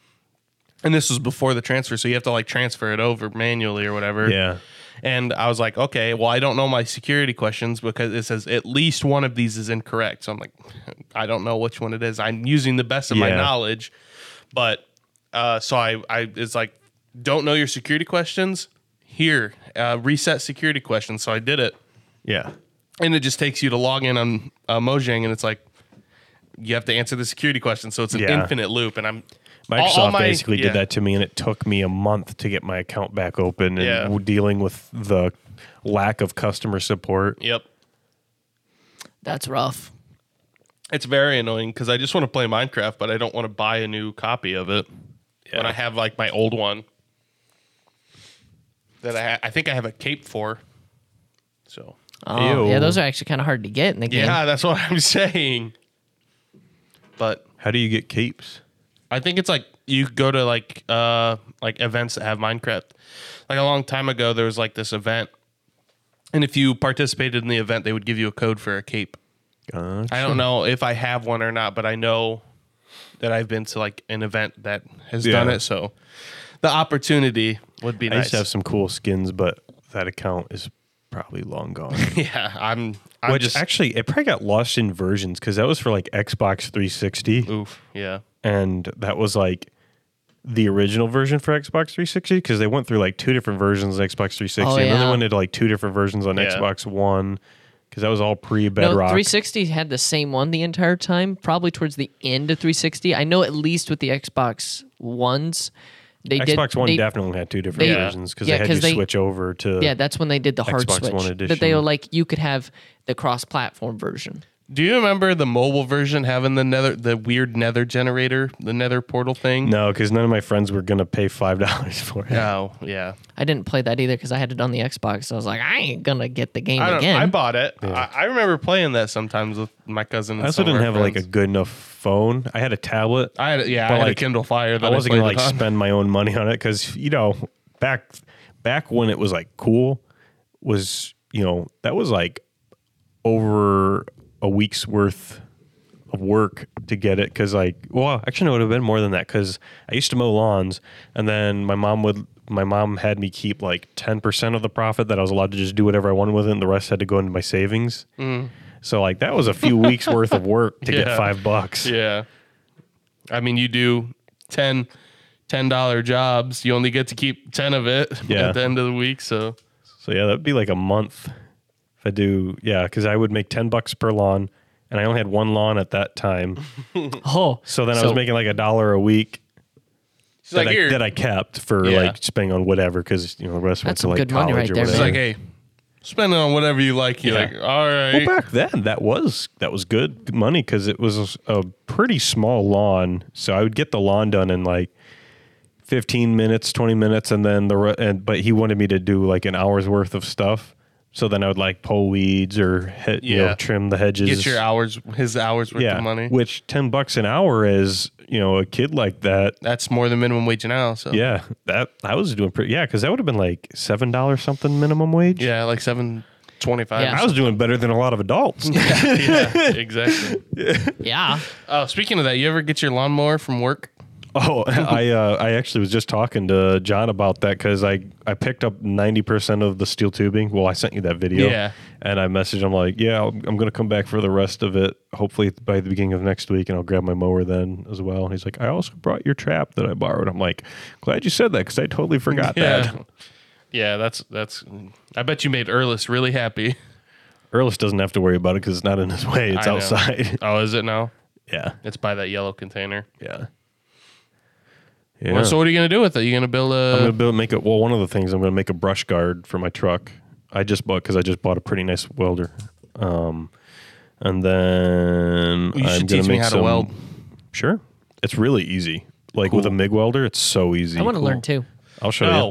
Speaker 3: And this was before the transfer, so you have to like transfer it over manually or whatever.
Speaker 2: yeah,
Speaker 3: And I was like, okay, well, I don't know my security questions because it says at least one of these is incorrect. So I'm like, I don't know which one it is. I'm using the best of my
Speaker 2: Yeah.
Speaker 3: knowledge, but uh, so I, I, it's like, don't know your security questions. Here, uh, reset security questions. So I did it.
Speaker 2: yeah.
Speaker 3: and it just takes you to log in on uh, Mojang, and it's like you have to answer the security question, so it's an
Speaker 2: Yeah.
Speaker 3: infinite loop. And I'm all-
Speaker 2: Microsoft
Speaker 3: all my-
Speaker 2: basically
Speaker 3: yeah.
Speaker 2: did that to me, and it took me a month to get my account back open. And
Speaker 3: Yeah.
Speaker 2: w- dealing with the lack of customer support.
Speaker 3: Yep,
Speaker 1: that's rough.
Speaker 3: it's very annoying because I just want to play Minecraft, but I don't want to buy a new copy of it when I have like my old one that I ha- I think I have a cape for. So
Speaker 1: Oh,
Speaker 2: Ew.
Speaker 1: yeah, those are actually kind of hard to get in the game.
Speaker 3: yeah, that's what I'm saying. But
Speaker 2: How do you get capes?
Speaker 3: I think it's like you go to like uh like events that have Minecraft. Like a long time ago there was like this event and if you participated in the event they would give you a code for a cape.
Speaker 2: Gotcha.
Speaker 3: I don't know if I have one or not, but I know that I've been to like an event that has
Speaker 2: Yeah.
Speaker 3: done it so the opportunity would be
Speaker 2: I used
Speaker 3: nice.
Speaker 2: to have some cool skins, but that account is probably long gone.
Speaker 3: yeah, I'm I'm
Speaker 2: Which
Speaker 3: just
Speaker 2: actually, it probably got lost in versions because that was for like Xbox 360.
Speaker 3: oof, yeah.
Speaker 2: and that was like the original version for Xbox 360 because they went through like two different versions of Xbox 360,
Speaker 1: Oh,
Speaker 2: and then
Speaker 1: yeah.
Speaker 2: they went into like two different versions on
Speaker 3: Yeah.
Speaker 2: Xbox One because that was all pre
Speaker 1: No,
Speaker 2: Bedrock.
Speaker 1: 360 had the same one the entire time. Probably towards the end of 360. I know at least with the Xbox ones, They did-
Speaker 2: Xbox One
Speaker 1: they-
Speaker 2: definitely had two different
Speaker 1: they-
Speaker 2: versions because
Speaker 1: yeah,
Speaker 2: they had
Speaker 1: 'cause
Speaker 2: you
Speaker 1: they-
Speaker 2: switch over to.
Speaker 1: Yeah, that's when they did the hard
Speaker 2: Xbox One
Speaker 1: switch. That
Speaker 2: edition.
Speaker 1: they were like, you could have the cross-platform version.
Speaker 3: Do you remember the mobile version having the nether, the weird nether generator, the nether portal thing?
Speaker 2: no, because none of my friends were gonna pay five dollars for it.
Speaker 3: No, Oh, yeah.
Speaker 1: I didn't play that either because I had it on the Xbox. So I was like, I ain't gonna get the game
Speaker 3: I don't.
Speaker 1: again.
Speaker 3: I bought it. I, I remember playing that sometimes with my cousin. And
Speaker 2: I also
Speaker 3: some of
Speaker 2: didn't
Speaker 3: our
Speaker 2: have like a
Speaker 3: friends.
Speaker 2: good enough phone. I had a tablet.
Speaker 3: I had a- yeah.
Speaker 2: but,
Speaker 3: I had
Speaker 2: like,
Speaker 3: a Kindle Fire. That
Speaker 2: I wasn't gonna
Speaker 3: played
Speaker 2: like
Speaker 3: it on.
Speaker 2: spend my own money on it because you know back back when it was like cool was you know that was like over a week's worth of work to get it because like well actually no, it would have been more than that because I used to mow lawns and then my mom would my mom had me keep like ten percent of the profit that I was allowed to just do whatever I wanted with it and the rest had to go into my savings. So like that was a few weeks worth of work to
Speaker 3: Mm. Yeah.
Speaker 2: get five bucks.
Speaker 3: Yeah. I mean, you do 10 $10 jobs. You only get to keep 10 of it
Speaker 2: Yeah.
Speaker 3: at the end of the week. So,
Speaker 2: So yeah, that'd be like a month if I do. Yeah, because I would make ten bucks per lawn, and I only had one lawn at that time.
Speaker 1: oh,
Speaker 2: So then I was making like a dollar a week
Speaker 3: she's
Speaker 2: that,
Speaker 3: like,
Speaker 2: I,
Speaker 3: here.
Speaker 2: that I kept for
Speaker 3: Yeah.
Speaker 2: like spending on whatever because you know the rest went
Speaker 1: That's
Speaker 2: to
Speaker 1: some
Speaker 2: like
Speaker 1: good money right
Speaker 2: college or
Speaker 1: there,
Speaker 2: whatever.
Speaker 3: she's like, hey, spend it on whatever you like. You're
Speaker 2: Yeah.
Speaker 3: like, all
Speaker 2: well,
Speaker 3: right.
Speaker 2: back then that was that was good money because it was a pretty small lawn. So I would get the lawn done in like. 15 minutes 20 minutes and then the re- and but he wanted me to do like an hour's worth of stuff so then i would like pull weeds or hit, you know
Speaker 3: Yeah.
Speaker 2: trim the hedges
Speaker 3: Get your hours, his hours worth
Speaker 2: yeah,
Speaker 3: of money.
Speaker 2: Which ten bucks an hour is, you know, a kid like that.
Speaker 3: That's more than minimum wage now. So,
Speaker 2: Yeah, that I was doing pretty. Yeah, because that would have been like seven dollars something minimum wage.
Speaker 3: Yeah, like 725
Speaker 1: Yeah.
Speaker 2: I was doing better than a lot of adults. yeah,
Speaker 3: yeah, exactly.
Speaker 1: yeah.
Speaker 3: Oh, speaking of that, you ever get your lawnmower from work?
Speaker 2: Oh, I uh, I actually was just talking to John about that because I I picked up ninety percent of the steel tubing. Well, I sent you that video.
Speaker 3: Yeah.
Speaker 2: And I messaged him like, yeah, I'm, I'm gonna come back for the rest of it. Hopefully by the beginning of next week, and I'll grab my mower then as well. And he's like, I also brought your trap that I borrowed. I'm like, glad you said that because I totally forgot that.
Speaker 3: Yeah, that's that's. I bet you made Erlis really happy.
Speaker 2: Earlis doesn't have to worry about it because it's not in his way. It's
Speaker 3: I know.
Speaker 2: outside.
Speaker 3: Oh, is it now?
Speaker 2: yeah.
Speaker 3: It's by that yellow container.
Speaker 2: Yeah. Yeah.
Speaker 3: Well, so what are you gonna do with it? You gonna build
Speaker 2: I'm
Speaker 1: Uh.
Speaker 2: gonna
Speaker 3: a?
Speaker 2: build make a well. One of the things I'm gonna make a brush guard for my truck. I just bought because I just bought a pretty nice welder. Um, and then I'm
Speaker 3: You should
Speaker 2: gonna
Speaker 3: teach me
Speaker 2: make
Speaker 3: how to
Speaker 2: some-
Speaker 3: weld.
Speaker 2: Sure, it's really easy. Like with a MIG welder, it's so easy.
Speaker 1: I want to
Speaker 2: Cool.
Speaker 1: learn too.
Speaker 2: I'll show
Speaker 3: Oh,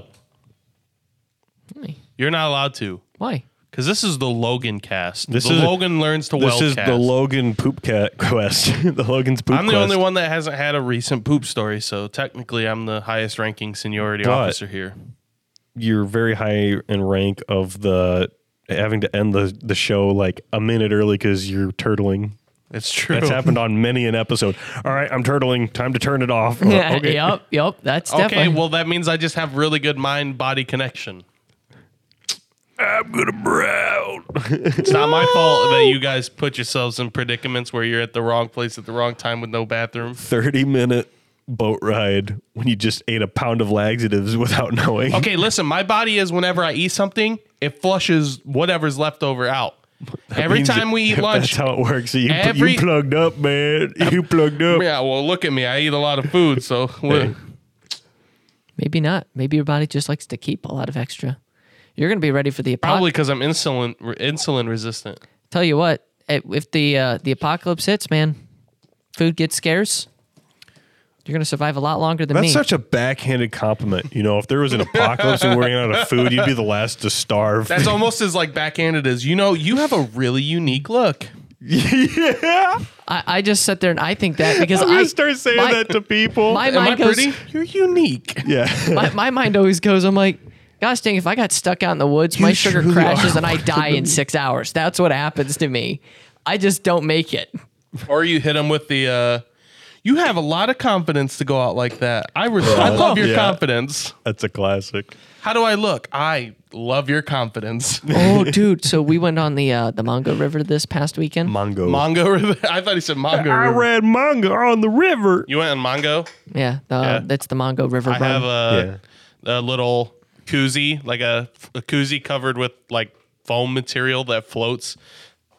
Speaker 2: you.
Speaker 1: Why?
Speaker 3: you're not allowed to,
Speaker 1: Why?
Speaker 3: because this is the Logan cast.
Speaker 2: This
Speaker 3: the
Speaker 2: is-
Speaker 3: Logan learns to
Speaker 2: This
Speaker 3: weld.
Speaker 2: is
Speaker 3: cast.
Speaker 2: the Logan poop cat quest. the Logan's poop.
Speaker 3: I'm the
Speaker 2: quest.
Speaker 3: only one that hasn't had a recent poop story, so technically I'm the highest ranking seniority
Speaker 2: But-
Speaker 3: officer here.
Speaker 2: You're very high in rank of the having to end the the show like a minute early because you're turtling.
Speaker 3: It's true.
Speaker 2: That's happened on many an episode. All right, I'm turtling. Time to turn it off. Uh,
Speaker 1: Yeah.
Speaker 2: okay.
Speaker 1: Yep. Yep. That's
Speaker 3: Okay,
Speaker 1: definitely.
Speaker 3: well that means I just have really good mind body connection.
Speaker 2: I'm gonna brown.
Speaker 3: It's not my fault that you guys put yourselves in predicaments where you're at the wrong place at the wrong time with no bathroom.
Speaker 2: Thirty minute boat ride when you just ate a pound of laxatives without knowing.
Speaker 3: Okay, listen, my body is whenever I eat something, it flushes whatever's left over out. Every
Speaker 2: Means
Speaker 3: time
Speaker 2: it-
Speaker 3: we eat
Speaker 2: that's
Speaker 3: lunch,
Speaker 2: how it works. You, pl-
Speaker 3: Every-
Speaker 2: you plugged up, man. You plugged up.
Speaker 3: yeah, well, look at me. I eat a lot of food, so what-
Speaker 1: Maybe not. Maybe your body just likes to keep a lot of extra. You're gonna be ready for the
Speaker 3: probably
Speaker 1: apocalypse.
Speaker 3: because I'm insulin re- insulin resistant.
Speaker 1: Tell you what, eh, if the uh, the apocalypse hits, man, food gets scarce. You're gonna survive a lot longer than
Speaker 2: That's
Speaker 1: me.
Speaker 2: such a backhanded compliment. You know, if there was an apocalypse and we we're running out of food, you'd be the last to starve.
Speaker 3: That's almost as like backhanded as you know. You have a really unique look.
Speaker 2: yeah.
Speaker 1: I, I just sit there and I think that because
Speaker 2: I'm gonna
Speaker 1: I
Speaker 2: start saying
Speaker 1: my-
Speaker 2: that to people.
Speaker 1: My
Speaker 3: Am I
Speaker 1: mind goes.
Speaker 3: pretty?
Speaker 2: You're unique. Yeah.
Speaker 1: my, my mind always goes. I'm like, gosh dang, if I got stuck out in the woods, my sugar
Speaker 2: truly
Speaker 1: crashes
Speaker 2: are
Speaker 1: and I die in six hours. That's what happens to me. I just don't make it.
Speaker 3: or you hit them with the. uh You have a lot of confidence to go out like that. I res- I love your
Speaker 2: Yeah.
Speaker 3: confidence.
Speaker 2: That's a classic.
Speaker 3: How do I look? I love your confidence.
Speaker 1: Oh, dude. So we went on the uh, the Mongo River this past weekend.
Speaker 2: Mongo.
Speaker 3: Mongo River. I thought he said Mongo
Speaker 2: I
Speaker 3: River.
Speaker 2: read manga on the river.
Speaker 3: You went on Mongo?
Speaker 1: yeah, the, that's the Mongo River.
Speaker 3: I
Speaker 1: run.
Speaker 3: have a, a little koozie, like a, a koozie covered with like foam material that floats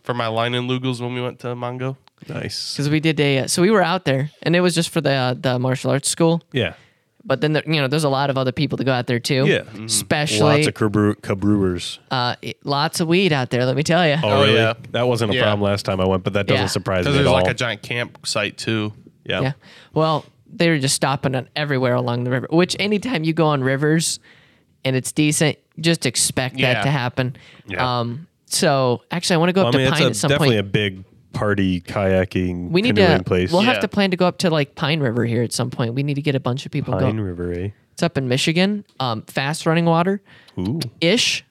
Speaker 3: for my line and lugals when we went to Mongo.
Speaker 2: Nice.
Speaker 1: because we did a uh, so we were out there and it was just for the uh, the martial arts school
Speaker 2: Yeah.
Speaker 1: But then there, you know, there's a lot of other people to go out there too.
Speaker 2: Yeah. Mhm.
Speaker 1: especially
Speaker 2: Lots of cabrew- cabrewers.
Speaker 1: uh, it- lots of weed out there. Let me tell you.
Speaker 3: Oh, yeah.
Speaker 2: That wasn't a
Speaker 3: Yeah.
Speaker 2: problem last time I went, but that doesn't
Speaker 1: Yeah.
Speaker 2: surprise me
Speaker 3: Because
Speaker 2: at
Speaker 3: there's
Speaker 2: all.
Speaker 3: like a giant campsite too.
Speaker 2: yeah.
Speaker 1: Yeah. Well, they were just stopping on everywhere along the river. Which anytime you go on rivers, and it's decent, just expect
Speaker 3: Yeah.
Speaker 1: that to happen.
Speaker 2: Yeah.
Speaker 1: Um. So actually, I want to go
Speaker 2: I
Speaker 1: up
Speaker 2: mean,
Speaker 1: to
Speaker 2: it's
Speaker 1: Pine
Speaker 2: a,
Speaker 1: at some
Speaker 2: definitely
Speaker 1: point.
Speaker 2: a big party kayaking
Speaker 1: we need
Speaker 2: canoeing
Speaker 1: to.
Speaker 2: place.
Speaker 1: We'll
Speaker 3: Yeah.
Speaker 1: have to plan to go up to like Pine River here at some point. We need to get a bunch of people
Speaker 2: Pine
Speaker 1: going.
Speaker 2: River, eh?
Speaker 1: It's up in Michigan. Um, fast running water.
Speaker 2: Ooh.
Speaker 1: ish,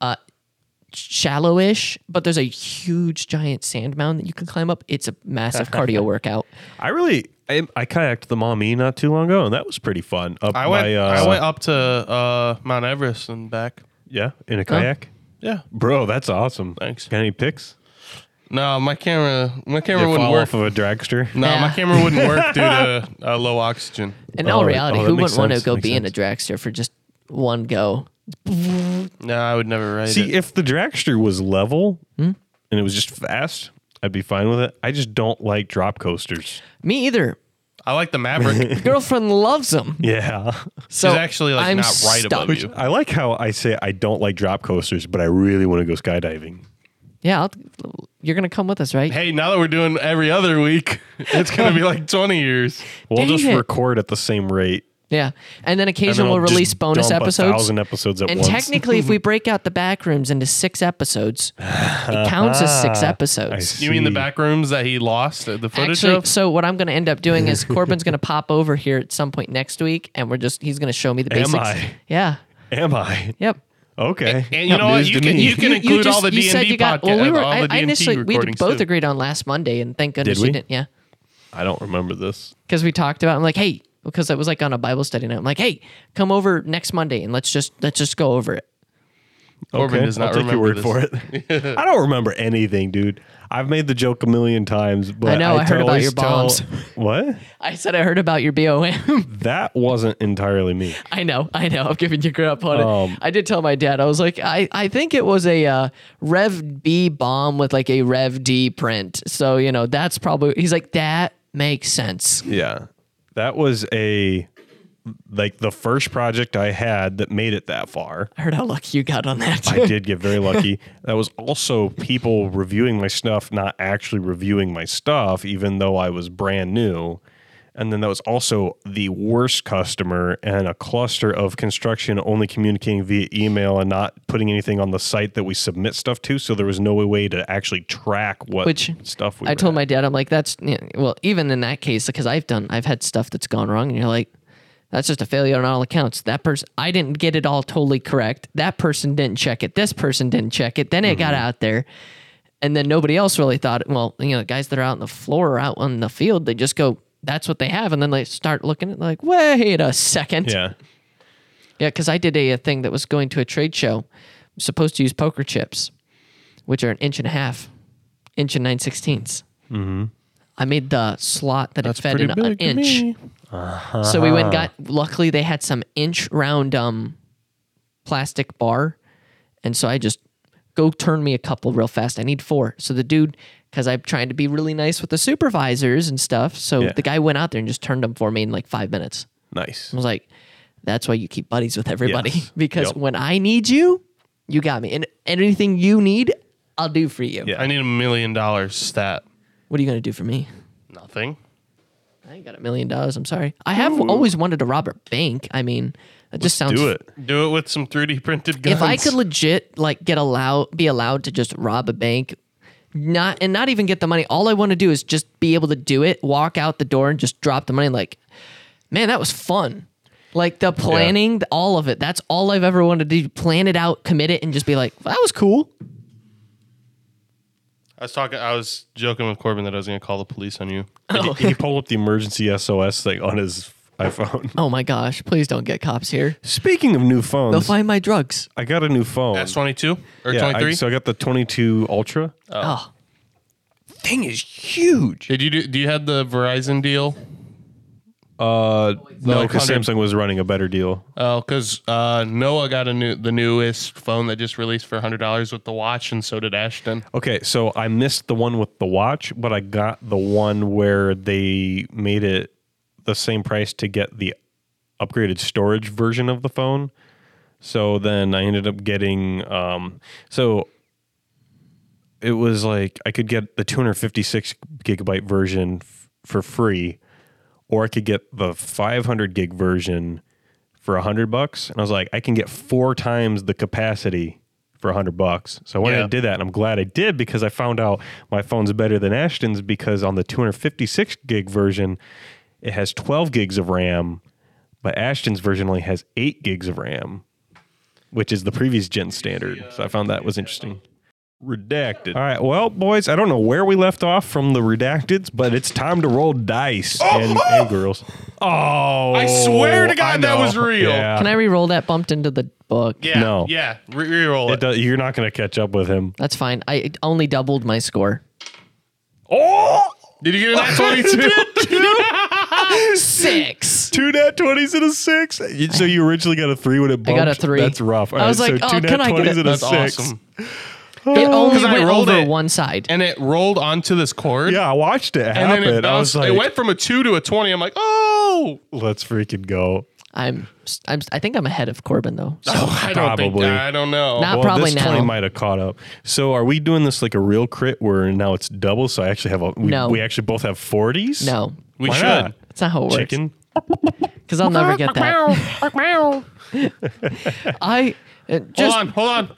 Speaker 1: uh, shallowish, but there's a huge giant sand mound that you can climb up. It's a massive cardio workout.
Speaker 2: I really, I, I kayaked the Maumee not too long ago, and that was pretty fun. Up
Speaker 3: I went.
Speaker 2: by, uh,
Speaker 3: I went up to uh, Mount Everest and back.
Speaker 2: Yeah, in a kayak.
Speaker 3: Yeah.
Speaker 2: Bro, that's awesome.
Speaker 3: Thanks.
Speaker 2: Got any pics?
Speaker 3: No, my camera. My
Speaker 2: Did
Speaker 3: camera
Speaker 2: it
Speaker 3: wouldn't
Speaker 2: fall
Speaker 3: work.
Speaker 2: off of a dragster?
Speaker 3: No, my
Speaker 1: Yeah.
Speaker 3: camera wouldn't work due to uh, low oxygen.
Speaker 1: In
Speaker 2: Oh,
Speaker 1: all
Speaker 2: that-
Speaker 1: reality,
Speaker 2: oh, that
Speaker 1: who
Speaker 2: makes
Speaker 1: wouldn't want to
Speaker 2: sense.
Speaker 1: go
Speaker 2: Makes
Speaker 1: be in a dragster for just one go?
Speaker 3: No, I would never write
Speaker 2: See,
Speaker 3: it.
Speaker 2: if the dragster was level and it was just fast, I'd be fine with it. I just don't like drop coasters.
Speaker 1: Me either.
Speaker 3: I like the Maverick.
Speaker 1: Girlfriend loves them.
Speaker 2: Yeah.
Speaker 1: So
Speaker 3: actually, like,
Speaker 1: I'm
Speaker 3: not right
Speaker 1: stuck.
Speaker 3: above
Speaker 2: Which
Speaker 3: you.
Speaker 2: I like how I say I don't like drop coasters, but I really want to go skydiving.
Speaker 1: Yeah, I'll, you're gonna come with us, right?
Speaker 3: hey, now that we're doing every other week, it's gonna be like 20 years.
Speaker 2: We'll
Speaker 1: Dang
Speaker 2: just
Speaker 1: it.
Speaker 2: record at the same rate.
Speaker 1: Yeah, and then
Speaker 2: and then
Speaker 1: occasionally we'll
Speaker 2: I'll just
Speaker 1: release bonus
Speaker 2: dump A
Speaker 1: episodes.
Speaker 2: thousand episodes at
Speaker 1: And
Speaker 2: once.
Speaker 1: technically, if we break out the back rooms into six episodes, it counts as six episodes.
Speaker 2: see.
Speaker 3: You mean the back rooms that he lost uh, the footage
Speaker 1: Actually,
Speaker 3: of?
Speaker 1: so what I'm going to end up doing is Corbin's going to pop over here at some point next week, and we're just he's going to show me the
Speaker 2: Am
Speaker 1: basics.
Speaker 2: I?
Speaker 1: Yeah.
Speaker 2: Am I?
Speaker 1: Yep.
Speaker 2: Okay.
Speaker 3: And you know what?
Speaker 2: News
Speaker 3: You
Speaker 2: to
Speaker 3: can
Speaker 2: me.
Speaker 3: you can include all the
Speaker 1: you
Speaker 3: D
Speaker 1: said
Speaker 3: and D
Speaker 1: you got-
Speaker 3: podcast.
Speaker 1: well, we were,
Speaker 3: all
Speaker 1: I,
Speaker 3: the
Speaker 1: I
Speaker 3: DMT
Speaker 1: initially we had
Speaker 3: recordings
Speaker 1: both
Speaker 3: too.
Speaker 1: agreed on last Monday, and thank goodness
Speaker 2: Did we?
Speaker 1: didn't. Yeah,
Speaker 2: I don't remember this.
Speaker 1: because we talked about. I'm like, hey, because it was like on a Bible study night. I'm like, hey, come over next Monday and let's just let's just go over it.
Speaker 3: Corbin does not
Speaker 2: I'll take your word
Speaker 3: remember
Speaker 2: for it. I don't remember anything, dude. I've made the joke a million times, but
Speaker 1: I know, I heard about
Speaker 2: always
Speaker 1: your
Speaker 2: tell-
Speaker 1: bombs.
Speaker 2: What?
Speaker 1: I said I heard about your BOM.
Speaker 2: That wasn't entirely me.
Speaker 1: I know, I know. I'm giving you crap on
Speaker 2: Um,
Speaker 1: it. I did tell my dad. I was like, I, I think it was a uh, Rev B bomb with like a Rev D print. So you know that's probably. He's like, that makes sense.
Speaker 2: Yeah. That was a like the first project I had that made it that far.
Speaker 1: I heard how lucky you got on that.
Speaker 2: I did get very lucky. That was also people reviewing my stuff, not actually reviewing my stuff, even though I was brand new. And then that was also the worst customer and a cluster of construction only communicating via email and not putting anything on the site that we submit stuff to. So there was no way to actually track what
Speaker 1: Which
Speaker 2: stuff we
Speaker 1: I
Speaker 2: were
Speaker 1: told
Speaker 2: at.
Speaker 1: my dad, I'm like, that's yeah, well, even in that case, because I've done, I've had stuff that's gone wrong, and you're like, that's just a failure on all accounts. That person, I didn't get it all totally correct. That person didn't check it. This person didn't check it. Then it
Speaker 2: Mm-hmm.
Speaker 1: got out there, and then nobody else really thought. Well, you know, the guys that are out on the floor or out on the field, they just go, that's what they have, and then they start looking at like, wait a second,
Speaker 2: Yeah.
Speaker 1: yeah, because I did a, a thing that was going to a trade show. I'm supposed to use poker chips, which are an inch and a half, inch and nine sixteenths. Mm-hmm. I made the slot that it fed in an
Speaker 3: to
Speaker 1: inch.
Speaker 3: me.
Speaker 1: So we went and got. Luckily, they had some inch round um, plastic bar, and so I just go turn me a couple real fast. I need four. So the dude, because I'm trying to be really nice with the supervisors and stuff, so
Speaker 2: Yeah.
Speaker 1: the guy went out there and just turned them for me in like five minutes.
Speaker 2: Nice.
Speaker 1: I was like, that's why you keep buddies with everybody
Speaker 2: Yes.
Speaker 1: because
Speaker 2: Yep.
Speaker 1: when I need you, you got me. And anything you need, I'll do for you.
Speaker 2: Yeah.
Speaker 3: I need a million dollars stat.
Speaker 1: What are you going to do for me?
Speaker 3: Nothing.
Speaker 1: I ain't got a million dollars. I'm sorry. I have always wanted to rob a bank. I mean, that just sounds.
Speaker 2: Do it.
Speaker 3: Do it with some 3D printed guns.
Speaker 1: If I could legit like get allowed, be allowed to just rob a bank, not and not even get the money. All I want to do is just be able to do it, walk out the door, and just drop the money. Like, man, that was fun. Like the planning, the- all of it. That's all I've ever wanted to do. Plan it out, commit it, and just be like, that was cool.
Speaker 3: I was talking. I was joking with Corbin that I was going to call the police on you.
Speaker 1: Oh.
Speaker 2: He- He pulled up the emergency SOS thing on his iPhone.
Speaker 1: Oh my gosh, please don't get cops here.
Speaker 2: Speaking of new phones,
Speaker 1: They'll find my drugs.
Speaker 2: I got a new phone.
Speaker 3: That's 22 or
Speaker 2: Yeah, I-
Speaker 3: 23.
Speaker 2: so I got the 22 Ultra.
Speaker 1: Oh,
Speaker 2: thing is huge.
Speaker 3: Did you do? Do you have the Verizon deal?
Speaker 2: Uh, no,
Speaker 3: like
Speaker 2: because
Speaker 3: 100
Speaker 2: Samsung was running a better deal.
Speaker 3: Oh, because uh, Noah got a new the newest phone that just released for hundred dollars with the watch, and so did Ashton.
Speaker 2: Okay, so I missed the one with the watch, but I got the one where they made it the same price to get the upgraded storage version of the phone. So then I ended up getting um, so it was like I could get the 256 gigabyte version f- for free, or I could get the 500 gig version for a hundred bucks. And I was like, I can get four times the capacity for a hundred bucks. So I went
Speaker 3: Yeah.
Speaker 2: and did that, and I'm glad I did because I found out my phone's better than Ashton's because on the 256 gig version, it has 12 gigs of RAM, but Ashton's version only has eight gigs of RAM, which is the previous gen standard. So I found that was interesting. Redacted. All right, well, boys, I don't know where we left off from the redacteds, but it's time to roll dice and, and girls. Oh,
Speaker 3: oh! I swear to God
Speaker 2: I
Speaker 3: that
Speaker 2: know.
Speaker 3: was real.
Speaker 2: Yeah.
Speaker 1: Can I re-roll that bumped into the book?
Speaker 3: Uh, Yeah.
Speaker 2: No.
Speaker 3: Yeah. Re- reroll
Speaker 2: It
Speaker 3: it.
Speaker 2: does, you're not going to catch up with him.
Speaker 1: That's fine. I only doubled my score.
Speaker 2: Oh,
Speaker 3: Did you get a nat 22?
Speaker 1: Six.
Speaker 2: two nat twenties and a six. You- So you originally got a three when it
Speaker 1: I
Speaker 2: bumped.
Speaker 1: got a three.
Speaker 2: That's rough.
Speaker 1: I was like,
Speaker 2: so two
Speaker 1: oh,
Speaker 2: nat
Speaker 1: can I get
Speaker 2: 20s
Speaker 1: it?
Speaker 2: and
Speaker 3: That's
Speaker 2: a six.
Speaker 3: awesome.
Speaker 1: It only
Speaker 3: Oh, 'Cause I
Speaker 1: went
Speaker 3: rolled
Speaker 1: over
Speaker 3: it.
Speaker 1: one side.
Speaker 3: And it rolled onto this cord.
Speaker 2: Yeah, I watched it
Speaker 3: And
Speaker 2: happen.
Speaker 3: then it
Speaker 2: I was
Speaker 3: bounced.
Speaker 2: like,
Speaker 3: it went from a 2 to a 20. I'm like, oh.
Speaker 2: let's freaking go.
Speaker 1: I'm, I'm. I think I'm ahead of Corbin though. So
Speaker 3: I don't think
Speaker 2: probably.
Speaker 3: I don't know.
Speaker 1: Not- Uh,
Speaker 2: well,
Speaker 1: probably
Speaker 2: this
Speaker 1: now.
Speaker 2: twenty might have caught up. So are we doing this like a real crit where now it's double? So I actually have a we,
Speaker 1: No.
Speaker 2: we actually both have forties.
Speaker 1: no,
Speaker 3: we
Speaker 2: Why
Speaker 3: should.
Speaker 2: not?
Speaker 1: that's not how it works.
Speaker 2: Chicken.
Speaker 1: Because I'll never get that. I uh, just
Speaker 3: Hold on, hold on.